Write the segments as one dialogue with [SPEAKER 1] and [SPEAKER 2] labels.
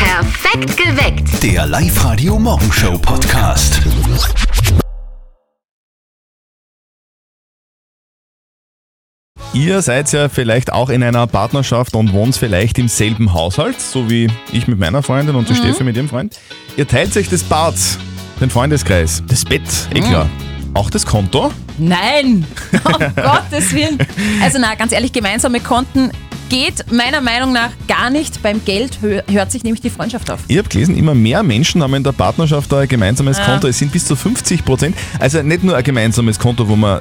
[SPEAKER 1] Perfekt geweckt.
[SPEAKER 2] Der Live-Radio Morgenshow Podcast.
[SPEAKER 3] Ihr seid ja vielleicht auch in einer Partnerschaft und wohnt vielleicht im selben Haushalt, so wie ich mit meiner Freundin und die Steffi mit ihrem Freund. Ihr teilt euch das Bad, den Freundeskreis, das Bett, eh klar. Auch das Konto?
[SPEAKER 4] Nein! Um Gottes Willen! Also na, ganz ehrlich, gemeinsame Konten geht meiner Meinung nach gar nicht. Beim Geld hö hört sich nämlich die Freundschaft auf.
[SPEAKER 3] Ich habe gelesen, immer mehr Menschen haben in der Partnerschaft ein gemeinsames Konto. Es sind bis zu 50 Prozent. Also nicht nur ein gemeinsames Konto, wo man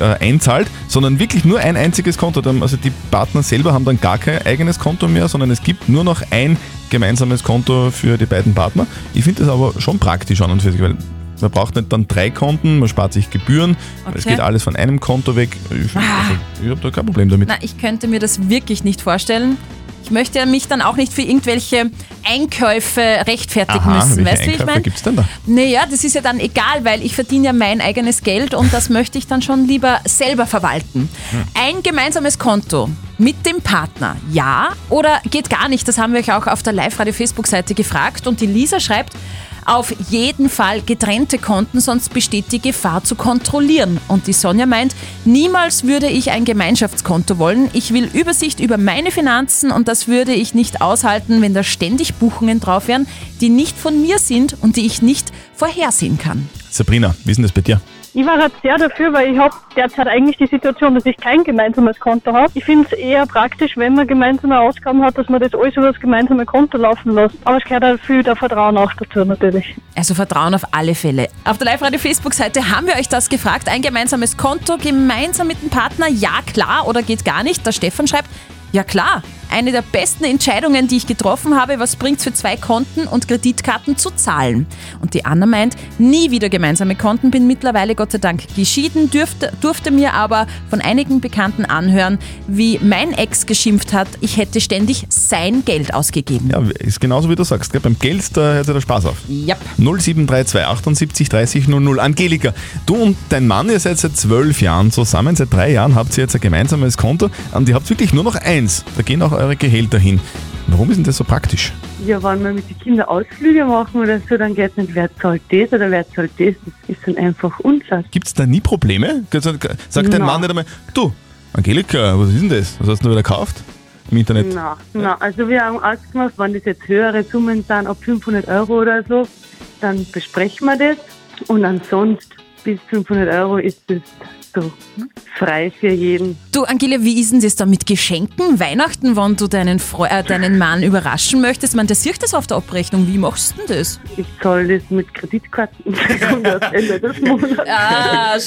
[SPEAKER 3] äh, einzahlt, sondern wirklich nur ein einziges Konto. Dann- Also die Partner selber haben dann gar kein eigenes Konto mehr, sondern es gibt nur noch ein gemeinsames Konto für die beiden Partner. Ich finde das aber schon praktisch an und für sich, weil man braucht nicht dann drei Konten, man spart sich Gebühren, weil es
[SPEAKER 4] Okay.
[SPEAKER 3] geht alles von einem Konto weg. Ich, also, ich habe da kein Problem damit.
[SPEAKER 4] Na, ich könnte mir das wirklich nicht vorstellen. Ich möchte mich dann auch nicht für irgendwelche Einkäufe rechtfertigen müssen.
[SPEAKER 3] welche
[SPEAKER 4] Weißt du, wie ich
[SPEAKER 3] Einkäufe
[SPEAKER 4] meine?
[SPEAKER 3] gibt's denn da?
[SPEAKER 4] Naja, das ist ja dann egal, weil ich verdiene ja mein eigenes Geld und das möchte ich dann schon lieber selber verwalten.
[SPEAKER 3] Hm.
[SPEAKER 4] Ein gemeinsames Konto mit dem Partner, ja oder geht gar nicht? Das haben wir euch auch auf der Live-Radio-Facebook-Seite gefragt und die Lisa schreibt, auf jeden Fall getrennte Konten, sonst besteht die Gefahr zu kontrollieren. Und die Sonja meint, niemals würde ich ein Gemeinschaftskonto wollen. Ich will Übersicht über meine Finanzen und das würde ich nicht aushalten, wenn da ständig Buchungen drauf wären, die nicht von mir sind und die ich nicht vorhersehen kann.
[SPEAKER 3] Sabrina, wie ist denn das bei dir?
[SPEAKER 5] Ich war halt sehr dafür, weil ich habe derzeit eigentlich die Situation, dass ich kein gemeinsames Konto habe. Ich finde es eher praktisch, wenn man gemeinsame Ausgaben hat, dass man das alles über das gemeinsame Konto laufen lässt. Aber es gehört halt viel der Vertrauen auch dazu natürlich.
[SPEAKER 4] Also Vertrauen auf alle Fälle. Auf der Live-Radio-Facebook-Seite haben wir euch das gefragt. Ein gemeinsames Konto, gemeinsam mit dem Partner, ja klar oder geht gar nicht. Der Stefan schreibt, ja klar, eine der besten Entscheidungen, die ich getroffen habe, was bringt's für zwei Konten und Kreditkarten zu zahlen. Und die Anna meint, nie wieder gemeinsame Konten, bin mittlerweile Gott sei Dank geschieden, dürfte, durfte mir aber von einigen Bekannten anhören, wie mein Ex geschimpft hat, ich hätte ständig sein Geld ausgegeben.
[SPEAKER 3] Ja, ist genauso wie du sagst, gell? beim Geld, da hört sich der Spaß auf.
[SPEAKER 4] Yep.
[SPEAKER 3] 0732 78 30 00. Angelika, du und dein Mann, ihr seid seit zwölf Jahren zusammen, seit drei Jahren habt ihr jetzt ein gemeinsames Konto und ihr habt wirklich nur noch eins. Da gehen auch eure Gehälter hin. Warum ist denn das so praktisch?
[SPEAKER 6] Ja, wenn wir mit den Kindern Ausflüge machen oder so, dann geht es nicht, wer zahlt das oder wer zahlt das. Das ist dann einfach unfassbar.
[SPEAKER 3] Gibt es da nie Probleme? Sagt dein
[SPEAKER 6] Na.
[SPEAKER 3] Mann nicht einmal, du, Angelika, was ist denn das? Was hast du denn wieder gekauft? Im Internet?
[SPEAKER 6] Na, na, also wir haben ausgemacht, wenn das jetzt höhere Summen sind, ab 500 Euro oder so, dann besprechen wir das. Und ansonsten bis 500 Euro ist es so frei für jeden.
[SPEAKER 4] Du, Angela, wie ist denn das da mit Geschenken? Weihnachten, wenn du deinen, Fre äh, deinen Mann überraschen möchtest? Man, der sieht das auf der Abrechnung. Wie machst du denn das?
[SPEAKER 6] Ich zahle das mit Kreditkarten und das Ende des Monats.
[SPEAKER 4] Ah,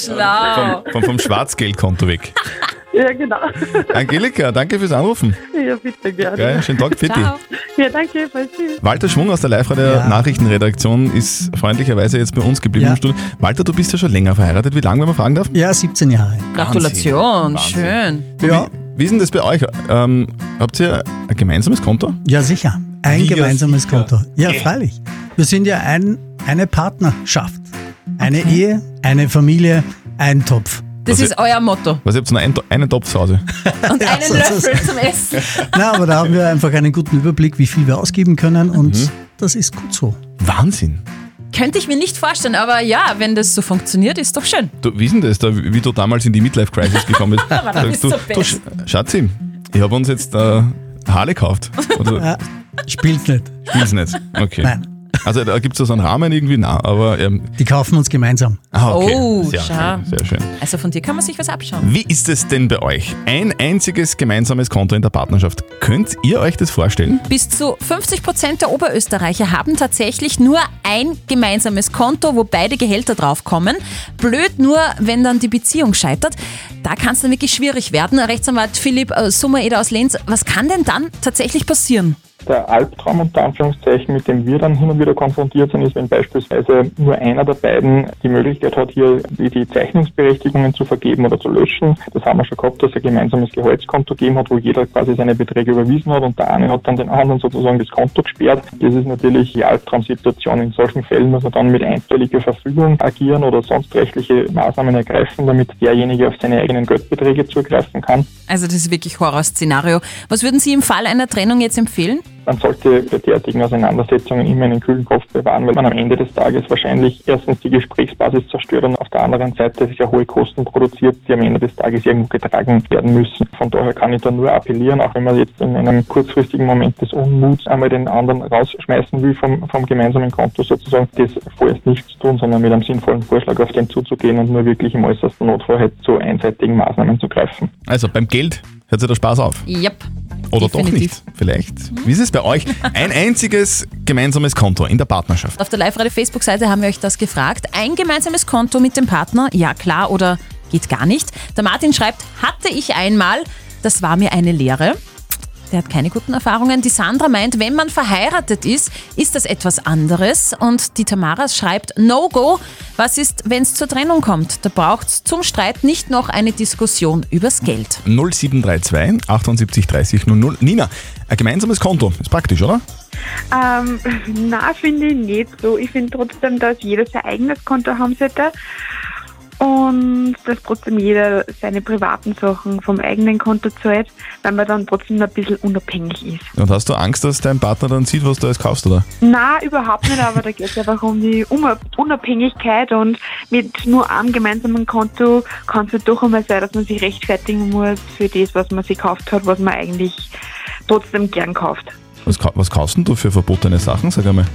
[SPEAKER 4] schlau.
[SPEAKER 3] Vom, vom Schwarzgeldkonto weg.
[SPEAKER 6] Ja, genau.
[SPEAKER 3] Angelika, danke fürs Anrufen.
[SPEAKER 6] Ja, bitte gerne.
[SPEAKER 3] Geil, schönen Tag, Fitti.
[SPEAKER 4] Ciao.
[SPEAKER 6] Ja, danke, falls tschüss.
[SPEAKER 3] Walter Schwung aus der Live-Radio Nachrichtenredaktion ist freundlicherweise jetzt bei uns geblieben
[SPEAKER 7] Ja.
[SPEAKER 3] im Studio. Walter, du bist ja schon länger verheiratet. Wie lange, wenn man fragen darf?
[SPEAKER 7] Ja, 17 Jahre.
[SPEAKER 4] Gratulation,
[SPEAKER 3] Wahnsinn.
[SPEAKER 4] schön.
[SPEAKER 7] Ja,
[SPEAKER 3] Wie ist denn das bei euch? Ähm, habt ihr ein gemeinsames Konto?
[SPEAKER 7] ja sicher. Ein
[SPEAKER 3] Wie, ja,
[SPEAKER 7] gemeinsames
[SPEAKER 3] sicher?
[SPEAKER 7] Konto. Ja, freilich. Wir sind ja ein, eine Partnerschaft. Eine Ehe, eine Familie, ein Topf.
[SPEAKER 4] Das
[SPEAKER 3] Was
[SPEAKER 4] ist euer Motto.
[SPEAKER 3] Was habt ihr noch einen, To- einen Topf zu Hause?
[SPEAKER 4] Und
[SPEAKER 7] Ja,
[SPEAKER 4] einen
[SPEAKER 7] so ist es.
[SPEAKER 4] Löffel zum Essen.
[SPEAKER 7] Na, aber da haben wir einfach einen guten Überblick, wie viel wir ausgeben können und das ist gut so.
[SPEAKER 3] Wahnsinn.
[SPEAKER 4] Könnte ich mir nicht vorstellen, aber ja, wenn das so funktioniert, ist doch schön.
[SPEAKER 3] Du, wie ist denn das, da, wie du damals in die Midlife-Crisis gekommen bist?
[SPEAKER 4] Aber du bist
[SPEAKER 3] du,
[SPEAKER 4] so
[SPEAKER 3] du Sch- Schatzi, ich habe uns jetzt äh, Haare gekauft. Oder
[SPEAKER 7] Ja, spielt nicht.
[SPEAKER 3] spiel's nicht? Okay.
[SPEAKER 7] Nein.
[SPEAKER 3] Also da gibt es so einen Rahmen irgendwie? Nein, aber... Ähm,
[SPEAKER 7] Die kaufen uns gemeinsam.
[SPEAKER 3] ah, okay.
[SPEAKER 4] Oh,
[SPEAKER 3] sehr,
[SPEAKER 4] schau.
[SPEAKER 3] schön, sehr schön.
[SPEAKER 4] Also von dir kann man sich was abschauen.
[SPEAKER 3] Wie ist es denn bei euch? Ein einziges gemeinsames Konto in der Partnerschaft. Könnt ihr euch das vorstellen?
[SPEAKER 4] Bis zu 50 Prozent der Oberösterreicher haben tatsächlich nur ein gemeinsames Konto, wo beide Gehälter draufkommen. Blöd nur, wenn dann die Beziehung scheitert. Da kann es dann wirklich schwierig werden. Rechtsanwalt Philipp äh, Summereder aus Linz, was kann denn dann tatsächlich passieren?
[SPEAKER 8] der Albtraum unter Anführungszeichen, mit dem wir dann hin und wieder konfrontiert sind, ist, wenn beispielsweise nur einer der beiden die Möglichkeit hat, hier die die Zeichnungsberechtigungen zu vergeben oder zu löschen. Das haben wir schon gehabt, dass es ein gemeinsames Gehaltskonto gegeben hat, wo jeder quasi seine Beträge überwiesen hat und der eine hat dann den anderen sozusagen das Konto gesperrt. Das ist natürlich die Albtraumsituation. In solchen Fällen muss man dann mit einstweiliger Verfügung agieren oder sonst rechtliche Maßnahmen ergreifen, damit derjenige auf seine eigenen Geldbeträge zugreifen kann.
[SPEAKER 4] Also das ist wirklich Horrorszenario. Was würden Sie im Fall einer Trennung jetzt empfehlen?
[SPEAKER 8] man sollte bei derartigen Auseinandersetzungen immer einen kühlen Kopf bewahren, weil man am Ende des Tages wahrscheinlich erstens die Gesprächsbasis zerstört und auf der anderen Seite sehr hohe Kosten produziert, die am Ende des Tages irgendwo getragen werden müssen. Von daher kann ich da nur appellieren, auch wenn man jetzt in einem kurzfristigen Moment des Unmuts einmal den anderen rausschmeißen will vom, vom gemeinsamen Konto sozusagen, das vorerst nicht zu tun, sondern mit einem sinnvollen Vorschlag auf den zuzugehen und nur wirklich im äußersten Notfall halt zu einseitigen Maßnahmen zu greifen.
[SPEAKER 3] Also beim Geld hört sich der Spaß auf.
[SPEAKER 4] Yep.
[SPEAKER 3] Oder doch
[SPEAKER 4] Definitiv.
[SPEAKER 3] nicht, vielleicht. Wie ist es bei euch? Ein einziges gemeinsames Konto in der Partnerschaft.
[SPEAKER 4] Auf der Live-Radio-Facebook-Seite haben wir euch das gefragt. Ein gemeinsames Konto mit dem Partner, ja klar oder geht gar nicht. Der Martin schreibt, hatte ich einmal, das war mir eine Lehre. Der hat keine guten Erfahrungen. Die Sandra meint, wenn man verheiratet ist, ist das etwas anderes. Und die Tamara schreibt, no go. Was ist, wenn es zur Trennung kommt? Da braucht es zum Streit nicht noch eine Diskussion übers Geld.
[SPEAKER 3] 0732 78 30 00. Nina, ein gemeinsames Konto. Ist praktisch, oder?
[SPEAKER 1] Ähm, na, finde ich nicht so. Ich finde trotzdem, dass jeder sein eigenes Konto haben sollte und dass trotzdem jeder seine privaten Sachen vom eigenen Konto zahlt, weil man dann trotzdem ein bisschen unabhängig ist.
[SPEAKER 3] Und hast du Angst, dass dein Partner dann sieht, was du alles kaufst, oder?
[SPEAKER 1] Na, überhaupt nicht, aber da geht es einfach um die Unab- Unabhängigkeit und mit nur einem gemeinsamen Konto kann es halt doch einmal sein, dass man sich rechtfertigen muss für das, was man sich gekauft hat, was man eigentlich trotzdem gern kauft.
[SPEAKER 3] Was, kau- was kaufst denn du für verbotene Sachen, sag einmal?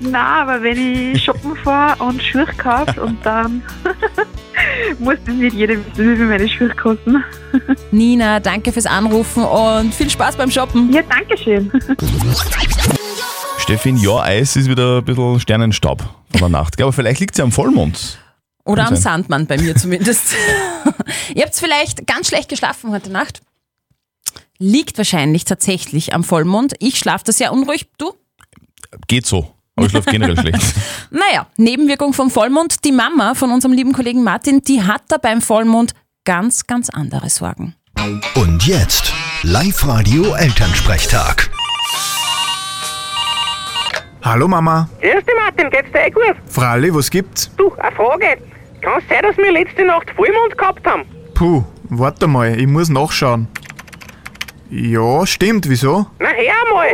[SPEAKER 1] Na, aber wenn ich shoppen fahre und Schuhe kaufe und dann muss das nicht jeder wissen, wie viel meine Schuhe kosten.
[SPEAKER 4] Nina, danke fürs Anrufen und viel Spaß beim Shoppen.
[SPEAKER 1] Ja, danke schön.
[SPEAKER 3] Steffin, ja, Eis ist wieder ein bisschen Sternenstaub von der Nacht. gell? Aber vielleicht liegt sie am Vollmond.
[SPEAKER 4] Oder
[SPEAKER 3] Kann
[SPEAKER 4] am
[SPEAKER 3] sein.
[SPEAKER 4] Sandmann bei mir zumindest. Ihr habt vielleicht ganz schlecht geschlafen heute Nacht. Liegt wahrscheinlich tatsächlich am Vollmond. Ich schlafe das sehr unruhig. Du?
[SPEAKER 3] Geht so. Aber ich schlafe generell schlecht.
[SPEAKER 4] Naja, Nebenwirkung vom Vollmond. Die Mama von unserem lieben Kollegen Martin, die hat da beim Vollmond ganz, ganz andere Sorgen.
[SPEAKER 2] Und jetzt Live-Radio Elternsprechtag.
[SPEAKER 9] Hallo Mama.
[SPEAKER 10] Grüß dich, Martin, geht's dir eh gut?
[SPEAKER 9] Fralli, was gibt's?
[SPEAKER 10] Du, eine Frage. Kann es sein, dass wir letzte Nacht Vollmond gehabt haben?
[SPEAKER 9] Puh, warte mal, ich muss nachschauen. Ja, stimmt, wieso?
[SPEAKER 10] Na, her mal!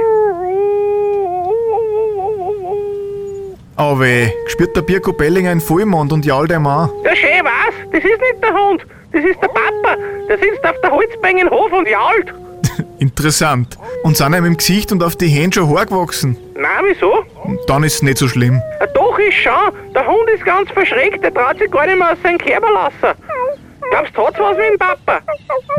[SPEAKER 9] Oh weh, gespürt der Birko Bellinger einen Vollmond und jault ihm an.
[SPEAKER 10] Ja, schön, was? Das ist nicht der Hund, das ist der Papa. Der sitzt auf der Holzbank im Hof und jault.
[SPEAKER 9] Interessant. Und sind ihm im Gesicht und auf die Hände schon Haar gewachsen.
[SPEAKER 10] Na, wieso?
[SPEAKER 9] Und Dann ist's nicht so schlimm.
[SPEAKER 10] Ja, doch, ist schon. Der Hund ist ganz verschreckt, der traut sich gar nicht mehr aus seinem Körper lassen. Glaubst du, hat's was mit dem Papa?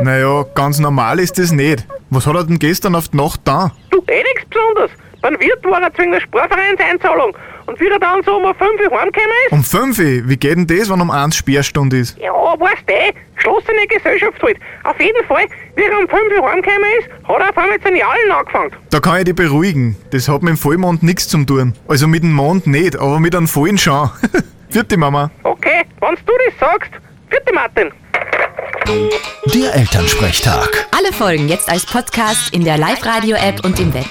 [SPEAKER 9] Naja, ganz normal ist das nicht. Was hat er denn gestern auf die Nacht da?
[SPEAKER 10] Du, eh nichts Besonderes. Beim Wirt war er zwingend der Sparvereinseinzahlung. Und wie er dann so um 5 Uhr heimgekommen ist,
[SPEAKER 9] Um 5 Uhr, wie geht denn das, wenn um 1 Sperrstunde ist?
[SPEAKER 10] Ja, weißt du, eh, geschlossene Gesellschaft halt. Auf jeden Fall, wie er um 5 Uhr heimgekommen ist, hat er auf einmal seine Jahlen angefangen.
[SPEAKER 9] Da kann ich dich beruhigen. Das hat mit dem Vollmond nichts zu tun. Also mit dem Mond nicht, aber mit einem vollen schon. Vierte Mama.
[SPEAKER 10] Okay, wenn du das sagst, vierte Martin.
[SPEAKER 2] Der Elternsprechtag.
[SPEAKER 11] Alle Folgen jetzt als Podcast in der Live-Radio-App und im Web.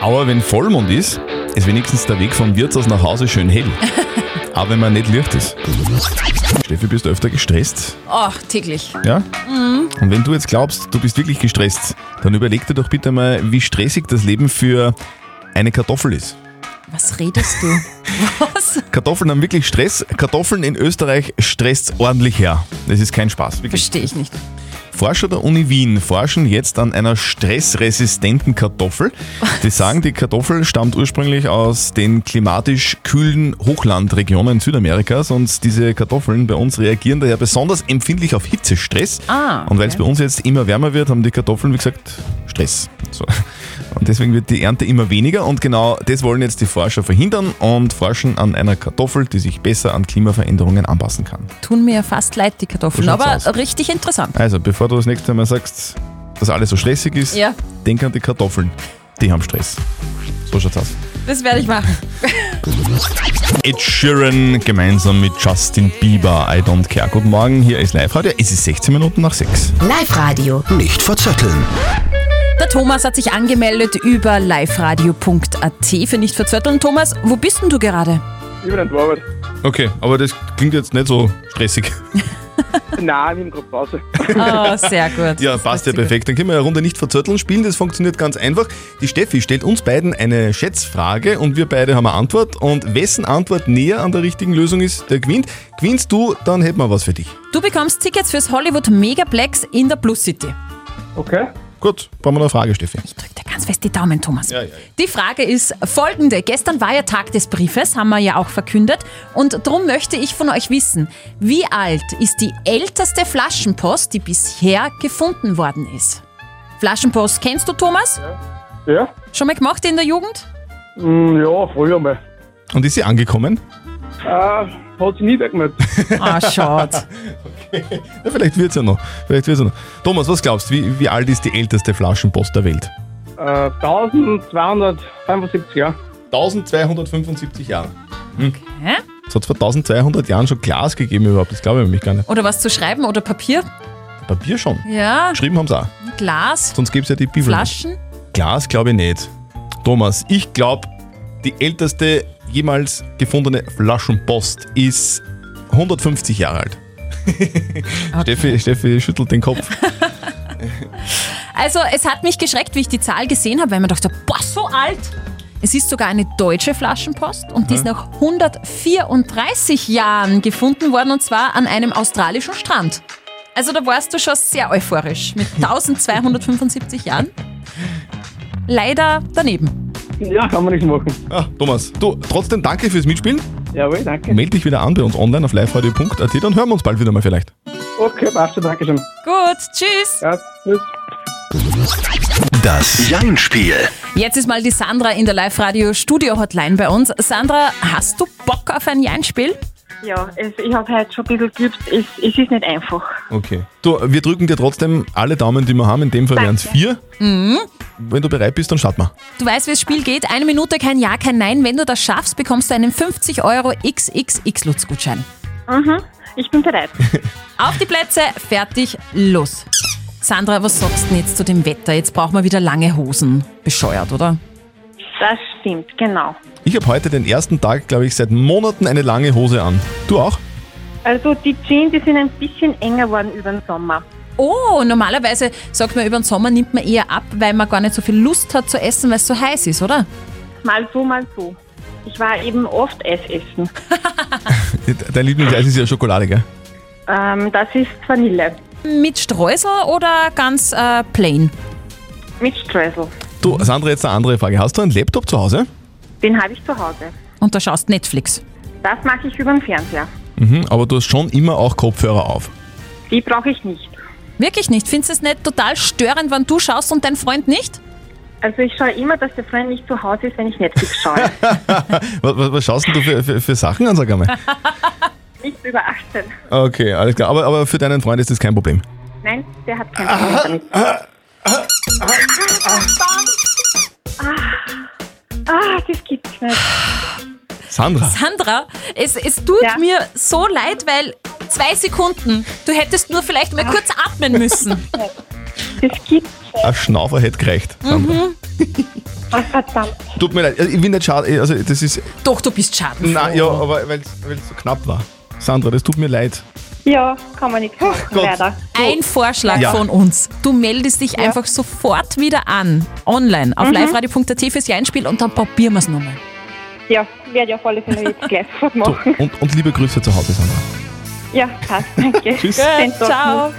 [SPEAKER 3] Aber wenn Vollmond ist, ist wenigstens der Weg vom Wirtshaus nach Hause schön hell. Auch wenn man nicht licht ist. Steffi, bist du öfter gestresst?
[SPEAKER 4] Oh, täglich.
[SPEAKER 3] Ja? Und wenn du jetzt glaubst, du bist wirklich gestresst, dann überleg dir doch bitte mal, wie stressig das Leben für eine Kartoffel ist.
[SPEAKER 4] Was redest du? Was?
[SPEAKER 3] Kartoffeln haben wirklich Stress. Kartoffeln in Österreich stresst ordentlich her. Das ist kein Spaß. Wirklich.
[SPEAKER 4] Verstehe ich nicht.
[SPEAKER 3] Forscher der Uni Wien forschen jetzt an einer stressresistenten Kartoffel. Die sagen, die Kartoffel stammt ursprünglich aus den klimatisch kühlen Hochlandregionen Südamerikas und diese Kartoffeln bei uns reagieren daher besonders empfindlich auf Hitzestress.
[SPEAKER 4] Ah, okay.
[SPEAKER 3] Und weil es bei uns jetzt immer wärmer wird, haben die Kartoffeln, wie gesagt, Stress. So. Und deswegen wird die Ernte immer weniger und genau das wollen jetzt die Forscher verhindern und forschen an einer Kartoffel, die sich besser an Klimaveränderungen anpassen kann.
[SPEAKER 4] Tun mir ja fast leid, die Kartoffeln,
[SPEAKER 3] So schaut's
[SPEAKER 4] aber
[SPEAKER 3] aus.
[SPEAKER 4] richtig interessant.
[SPEAKER 3] Also, bevor du das nächste Mal sagst, dass alles so stressig ist,
[SPEAKER 4] Ja.
[SPEAKER 3] denk an die Kartoffeln. Die haben Stress. So schaut's aus.
[SPEAKER 4] Das werde ich machen.
[SPEAKER 3] Ed Sheeran gemeinsam mit Justin Bieber. I don't care. Guten Morgen, hier ist Live-Radio. Es ist 16 Minuten nach 6.
[SPEAKER 11] Live-Radio.
[SPEAKER 2] Nicht verzetteln.
[SPEAKER 4] Der Thomas hat sich angemeldet über liveradio.at für nicht verzötteln. Thomas, wo bist denn du gerade?
[SPEAKER 8] Ich bin ein Torwart.
[SPEAKER 3] Okay, aber das klingt jetzt nicht so stressig.
[SPEAKER 12] Nein, wir haben gerade Pause.
[SPEAKER 4] Oh, sehr gut.
[SPEAKER 3] Ja, passt ja perfekt. Dann können wir eine Runde nicht verzötteln. Spielen, das funktioniert ganz einfach. Die Steffi stellt uns beiden eine Schätzfrage und wir beide haben eine Antwort. Und wessen Antwort näher an der richtigen Lösung ist, der gewinnt. Gewinnst du, dann hätten wir was für dich.
[SPEAKER 4] Du bekommst Tickets fürs Hollywood Megaplex in der Plus City.
[SPEAKER 3] Okay. Gut, brauchen wir noch eine Frage, Steffi.
[SPEAKER 4] Drück dir ganz fest die Daumen, Thomas. Die Frage ist folgende. Gestern war ja Tag des Briefes, haben wir ja auch verkündet. Und darum möchte ich von euch wissen, wie alt ist die älteste Flaschenpost, die bisher gefunden worden ist? Flaschenpost kennst du, Thomas?
[SPEAKER 12] Ja?
[SPEAKER 4] Schon mal gemacht in der Jugend?
[SPEAKER 12] Mm, ja, früher mal.
[SPEAKER 3] Und ist sie angekommen?
[SPEAKER 12] Äh, hat sich nie weggemeldet.
[SPEAKER 4] Ah, schade.
[SPEAKER 3] okay. Ja, vielleicht wird es ja noch. Vielleicht wird's ja noch. Thomas, was glaubst du, wie, wie alt ist die älteste Flaschenpost der Welt?
[SPEAKER 12] Äh, 1275 Jahre.
[SPEAKER 3] 1275 Jahre.
[SPEAKER 4] Hä?
[SPEAKER 3] Es hat Hm? vor 1200 Jahren schon Glas gegeben überhaupt, das glaube ich nämlich gar nicht.
[SPEAKER 4] Oder was zu schreiben oder Papier?
[SPEAKER 3] Papier schon.
[SPEAKER 4] Ja.
[SPEAKER 3] Geschrieben haben sie auch.
[SPEAKER 4] Glas,
[SPEAKER 3] Sonst gäbe es ja die Bibel.
[SPEAKER 4] Flaschen.
[SPEAKER 3] Glas glaube ich nicht. Thomas, ich glaube, die älteste jemals gefundene Flaschenpost ist 150 Jahre alt. Steffi, Steffi schüttelt den Kopf.
[SPEAKER 4] Also es hat mich geschreckt, wie ich die Zahl gesehen habe, weil man dachte, boah, so alt. Es ist sogar eine deutsche Flaschenpost und die ist nach 134 Jahren gefunden worden und zwar an einem australischen Strand. Also da warst du schon sehr euphorisch mit 1275 Jahren. Leider daneben.
[SPEAKER 12] Ja, kann man nicht machen.
[SPEAKER 3] Ah, Thomas, du, trotzdem danke fürs Mitspielen.
[SPEAKER 12] Jawohl, danke.
[SPEAKER 3] Meld dich wieder an bei uns online auf liveradio.at, dann hören wir uns bald wieder mal vielleicht.
[SPEAKER 12] Okay, passt schon, danke schön.
[SPEAKER 4] Gut, tschüss.
[SPEAKER 12] Ja, tschüss.
[SPEAKER 2] Das Jein-Spiel.
[SPEAKER 4] Jetzt ist mal die Sandra in der Live-Radio-Studio-Hotline bei uns. Sandra, hast du Bock auf ein Jeinspiel?
[SPEAKER 13] Ja, also ich habe heute schon ein bisschen geübt. Es, es ist nicht einfach.
[SPEAKER 3] Okay. Du, wir drücken dir trotzdem alle Daumen, die wir haben. In dem Fall wären es vier.
[SPEAKER 4] Mhm.
[SPEAKER 3] Wenn du bereit bist, dann starten wir.
[SPEAKER 4] Du weißt, wie das Spiel geht. Eine Minute, kein Ja, kein Nein. Wenn du das schaffst, bekommst du einen 50 Euro XXX-Lutz-Gutschein.
[SPEAKER 13] Mhm, ich bin bereit.
[SPEAKER 4] Auf die Plätze, fertig, los. Sandra, was sagst du denn jetzt zu dem Wetter? Jetzt brauchen wir wieder lange Hosen. Bescheuert, oder?
[SPEAKER 13] Das stimmt, genau.
[SPEAKER 3] Ich habe heute den ersten Tag, glaube ich, seit Monaten eine lange Hose an. Du auch?
[SPEAKER 13] Also die Jeans, die sind ein bisschen enger worden über den Sommer.
[SPEAKER 4] Oh, normalerweise sagt man, über den Sommer nimmt man eher ab, weil man gar nicht so viel Lust hat zu essen, weil es so heiß ist, oder?
[SPEAKER 13] Mal so, mal so. Ich war eben oft Eis essen.
[SPEAKER 3] Dein Lieblingseis ist ja Schokolade, gell?
[SPEAKER 13] Ähm, das ist Vanille
[SPEAKER 4] Mit Streusel oder ganz äh, plain?
[SPEAKER 13] mit Streusel.
[SPEAKER 3] Du, Sandra, jetzt eine andere Frage. Hast du einen Laptop zu Hause?
[SPEAKER 13] Den habe ich zu Hause.
[SPEAKER 4] Und da schaust Netflix.
[SPEAKER 13] Das mache ich über den Fernseher.
[SPEAKER 3] Mhm, aber du hast schon immer auch Kopfhörer auf.
[SPEAKER 13] Die brauche ich nicht.
[SPEAKER 4] Wirklich nicht? Findest du es nicht total störend, wenn du schaust und dein Freund nicht?
[SPEAKER 13] Also ich schaue immer, dass der Freund nicht zu Hause ist, wenn ich Netflix schaue.
[SPEAKER 3] Was, was, was schaust denn du für, für, für Sachen an, sag einmal?
[SPEAKER 13] nicht über 18.
[SPEAKER 3] Okay, alles klar. Aber, aber für deinen Freund ist das kein Problem.
[SPEAKER 13] Nein, der hat kein Problem damit. Ah, das gibt's nicht.
[SPEAKER 3] Sandra.
[SPEAKER 4] Sandra, es, es tut mir so leid, weil zwei Sekunden, du hättest nur vielleicht mal kurz atmen müssen.
[SPEAKER 13] Das gibt's.
[SPEAKER 3] Ein Schnaufer hätte gereicht. Sandra.
[SPEAKER 13] Ah, verdammt.
[SPEAKER 3] Tut mir leid, ich bin nicht schade. Also, das ist.
[SPEAKER 4] Doch, du bist schaden.
[SPEAKER 3] Nein, ja, aber weil es so knapp war. Sandra, das tut mir leid.
[SPEAKER 13] Ja, kann man nichts machen, leider.
[SPEAKER 4] Ein Vorschlag
[SPEAKER 3] Ja.
[SPEAKER 4] von uns. Du meldest dich einfach sofort wieder an, online, auf liveradio.at fürs Jeinspiel und dann probieren wir es nochmal.
[SPEAKER 13] Ja, werde ich auf alle Fälle jetzt gleich sofort machen.
[SPEAKER 3] Und, und liebe Grüße zu Hause, Sandra.
[SPEAKER 13] Ja, passt, danke.
[SPEAKER 3] Tschüss.
[SPEAKER 13] Schönen Tag noch.
[SPEAKER 4] Ciao.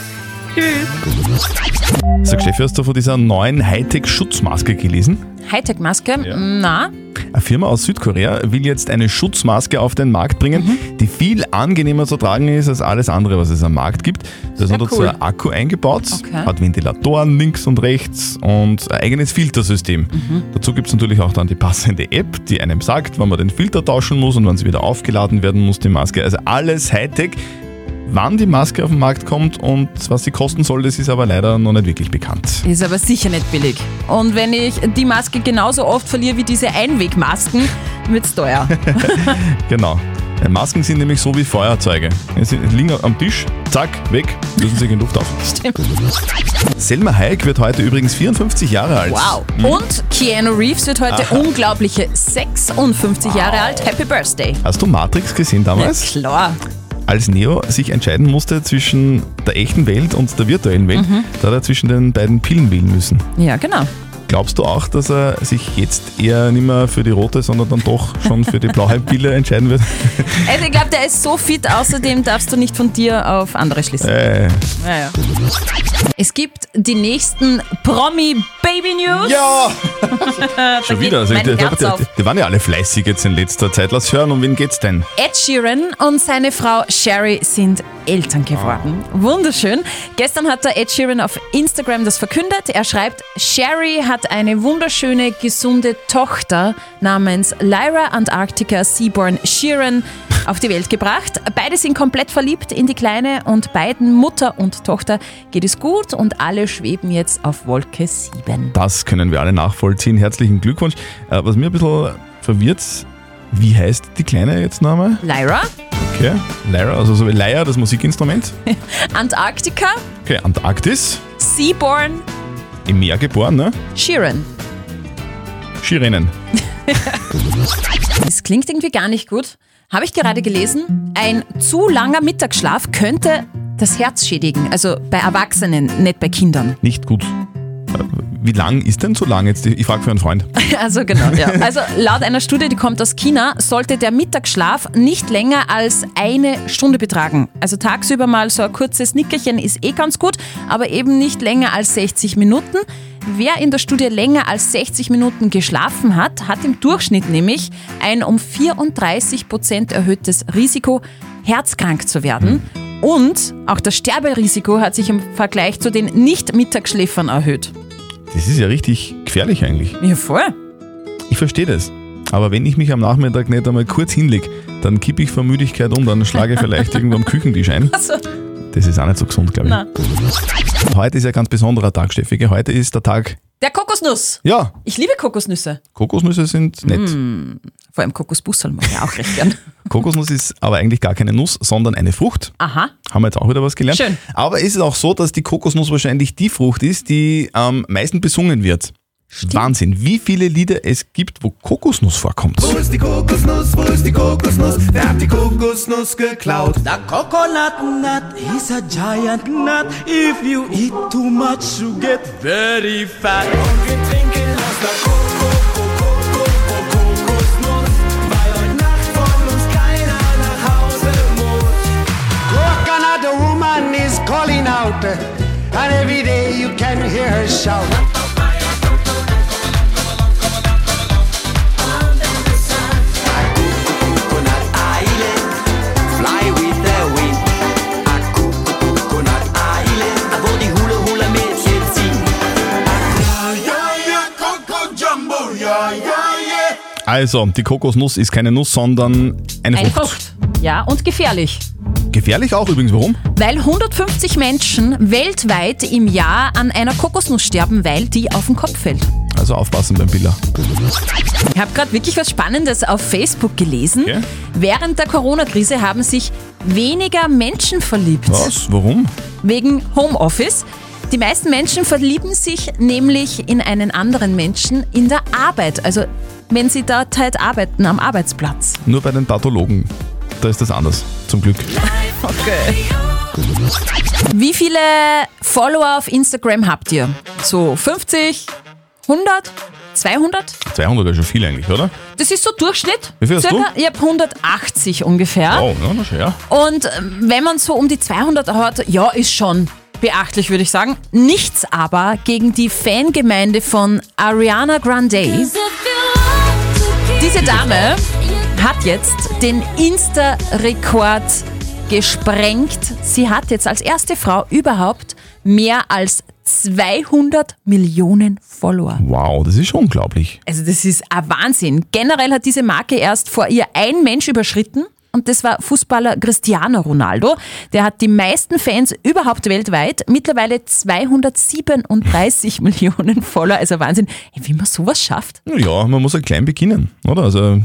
[SPEAKER 3] Sag Steffi, hast du von dieser neuen Hightech-Schutzmaske gelesen?
[SPEAKER 4] Hightech-Maske? Na,
[SPEAKER 3] Eine Firma aus Südkorea will jetzt eine Schutzmaske auf den Markt bringen,
[SPEAKER 4] Mhm.
[SPEAKER 3] die viel angenehmer zu tragen ist als alles andere, was es am Markt gibt. Da ist noch dazu
[SPEAKER 4] cool.
[SPEAKER 3] ein Akku eingebaut,
[SPEAKER 4] Okay.
[SPEAKER 3] hat Ventilatoren links und rechts und ein eigenes Filtersystem.
[SPEAKER 4] Mhm.
[SPEAKER 3] Dazu gibt es natürlich auch dann die passende App, die einem sagt, wann man den Filter tauschen muss und wann sie wieder aufgeladen werden muss, die Maske. Also alles Hightech. Wann die Maske auf den Markt kommt und was sie kosten soll, das ist aber leider noch nicht wirklich bekannt.
[SPEAKER 4] ist aber sicher nicht billig. Und wenn ich die Maske genauso oft verliere wie diese Einwegmasken, wird's teuer.
[SPEAKER 3] Genau. Äh, Masken sind nämlich so wie Feuerzeuge. Sie liegen am Tisch, zack, weg, lösen sich in Luft auf.
[SPEAKER 4] Stimmt.
[SPEAKER 3] Selma Hayek wird heute übrigens 54 Jahre alt.
[SPEAKER 4] Wow.
[SPEAKER 3] Mhm.
[SPEAKER 4] Und Keanu Reeves wird heute
[SPEAKER 3] Aha.
[SPEAKER 4] unglaubliche 56 Jahre alt. Happy Birthday.
[SPEAKER 3] Hast du Matrix gesehen damals?
[SPEAKER 4] Klar.
[SPEAKER 3] als Neo sich entscheiden musste zwischen der echten Welt und der virtuellen Welt,
[SPEAKER 4] Mhm.
[SPEAKER 3] da hat er zwischen den beiden Pillen wählen müssen.
[SPEAKER 4] Ja, genau.
[SPEAKER 3] Glaubst du auch, dass er sich jetzt eher nicht mehr für die rote, sondern dann doch schon für die blaue Pille entscheiden wird?
[SPEAKER 4] Also ich glaube, der ist so fit, außerdem darfst du nicht von dir auf andere schließen.
[SPEAKER 3] Äh.
[SPEAKER 4] Ja, ja. Es gibt die nächsten Promi-Baby-News.
[SPEAKER 3] Ja!
[SPEAKER 4] da
[SPEAKER 3] Schon
[SPEAKER 4] geht
[SPEAKER 3] wieder. Also, die,
[SPEAKER 4] mein
[SPEAKER 3] die,
[SPEAKER 4] Herz auf.
[SPEAKER 3] die, die waren ja alle fleißig jetzt in letzter Zeit. Lass hören, um wen geht's denn?
[SPEAKER 4] Ed Sheeran und seine Frau Sherry sind Eltern geworden. Wunderschön. Gestern hat der Ed Sheeran auf Instagram das verkündet. Er schreibt, Sherry hat eine wunderschöne, gesunde Tochter namens Lyra Antarctica Seaborn Sheeran auf die Welt gebracht. Beide sind komplett verliebt in die Kleine und beiden Mutter und Tochter geht es gut und alle schweben jetzt auf Wolke 7.
[SPEAKER 3] Das können wir alle nachvollziehen. Herzlichen Glückwunsch. Äh, was mir ein bisschen verwirrt, wie heißt die Kleine jetzt nochmal?
[SPEAKER 4] Lyra,
[SPEAKER 3] Okay, Lyra, also so wie Lyra, das Musikinstrument.
[SPEAKER 4] Antarctica,
[SPEAKER 3] Okay, Antarktis,
[SPEAKER 4] Seaborn,
[SPEAKER 3] im Meer geboren, ne?
[SPEAKER 4] Sheeran.
[SPEAKER 3] Skirinnen.
[SPEAKER 4] Das klingt irgendwie gar nicht gut. Habe ich gerade gelesen, ein zu langer Mittagsschlaf könnte das Herz schädigen. Also bei Erwachsenen, nicht bei Kindern.
[SPEAKER 3] Nicht gut. Äh, Wie lang ist denn so lang jetzt? die- Ich frage für einen Freund.
[SPEAKER 4] Also genau, ja. Also laut einer Studie, die kommt aus China, sollte der Mittagsschlaf nicht länger als eine Stunde betragen. Also tagsüber mal so ein kurzes Nickerchen ist eh ganz gut, aber eben nicht länger als 60 Minuten. Wer in der Studie länger als 60 Minuten geschlafen hat, hat im Durchschnitt nämlich ein um 34 Prozent erhöhtes Risiko, herzkrank zu werden. Und auch das Sterberisiko hat sich im Vergleich zu den Nicht-Mittagsschläfern erhöht.
[SPEAKER 3] Das ist ja richtig gefährlich eigentlich.
[SPEAKER 4] Ja, voll.
[SPEAKER 3] Ich verstehe das. Aber wenn ich mich am Nachmittag nicht einmal kurz hinlege, dann kippe ich vor Müdigkeit um, dann schlage ich vielleicht irgendwo am Küchentisch ein.
[SPEAKER 4] Also,
[SPEAKER 3] Das ist auch nicht so gesund, glaube ich.
[SPEAKER 4] na.
[SPEAKER 3] Heute ist ja ein ganz besonderer Tag, Steffi. gell? Heute ist der Tag.
[SPEAKER 4] Der Kokosnuss.
[SPEAKER 3] Ja,
[SPEAKER 4] Ich liebe Kokosnüsse.
[SPEAKER 3] Kokosnüsse sind nett.
[SPEAKER 4] Mm. vor allem Kokosbusserl mag ich auch recht gern.
[SPEAKER 3] Kokosnuss ist aber eigentlich gar keine Nuss, sondern eine Frucht.
[SPEAKER 4] Aha.
[SPEAKER 3] Haben wir jetzt auch wieder was gelernt.
[SPEAKER 4] Schön.
[SPEAKER 3] Aber ist es auch so, dass die Kokosnuss wahrscheinlich die Frucht ist, die am meisten besungen wird? Wahnsinn, wie viele Lieder es gibt, wo Kokosnuss vorkommt.
[SPEAKER 14] Wo ist die Kokosnuss? Wo ist die Kokosnuss? Wer hat die Kokosnuss geklaut? The coconut nut is a giant nut. If you eat too much, you get very fat. Und wir trinken aus der Koko, Koko, Koko, Kokosnuss, weil heute Nacht von uns keiner nach Hause muss. Coconut woman is calling out, and every day you can hear her shout. Island, fly with the wind. A coconut island, wo die Hula Hula Mädchen ziehen. Ja, ja, Coco Jumbo, ja, ja, ja.
[SPEAKER 3] Also, die Kokosnuss ist keine Nuss, sondern eine,
[SPEAKER 4] Eine
[SPEAKER 3] Frucht.
[SPEAKER 4] Frucht. Ja, und gefährlich.
[SPEAKER 3] Gefährlich auch übrigens, warum?
[SPEAKER 4] Weil 150 Menschen weltweit im Jahr an einer Kokosnuss sterben, weil die auf den Kopf fällt.
[SPEAKER 3] Also aufpassen beim Billa.
[SPEAKER 4] Ich habe gerade wirklich was Spannendes auf Facebook gelesen. Während der Corona-Krise haben sich weniger Menschen verliebt.
[SPEAKER 3] Was? Warum?
[SPEAKER 4] wegen Homeoffice. Die meisten Menschen verlieben sich nämlich in einen anderen Menschen in der Arbeit, also wenn sie dort halt arbeiten am Arbeitsplatz.
[SPEAKER 3] Nur bei den Pathologen. Da ist das anders, zum Glück.
[SPEAKER 4] Wie viele Follower auf Instagram habt ihr? So 50, 100, 200?
[SPEAKER 3] 200 wäre schon viel eigentlich, oder?
[SPEAKER 4] Das ist so Durchschnitt.
[SPEAKER 3] Wie viel hast
[SPEAKER 4] Circa, Ich habe 180 ungefähr.
[SPEAKER 3] Oh, na, na schön, ja.
[SPEAKER 4] Und ähm, wenn man so um die 200 hat, ja, ist schon beachtlich, würde ich sagen. Nichts aber gegen die Fangemeinde von Ariana Grande. Diese Dame hat jetzt den Insta-Rekord gesprengt. Sie hat jetzt als erste Frau überhaupt mehr als 200 Millionen Follower.
[SPEAKER 3] Wow, das ist schon unglaublich.
[SPEAKER 4] Also das ist ein Wahnsinn. Generell hat diese Marke erst vor ihr ein Mensch überschritten. Und das war Fußballer Cristiano Ronaldo. Der hat die meisten Fans überhaupt weltweit. Mittlerweile 237 Millionen Follower. Also Wahnsinn, Ey, wie man sowas schafft.
[SPEAKER 3] Ja, man muss ja klein beginnen, oder? Also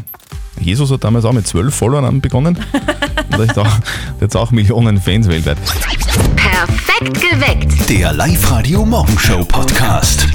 [SPEAKER 3] Jesus hat damals auch mit zwölf Followern begonnen. Und da ist auch, jetzt auch Millionen Fans weltweit.
[SPEAKER 11] Perfekt geweckt.
[SPEAKER 2] Der Live-Radio Morgenshow Podcast.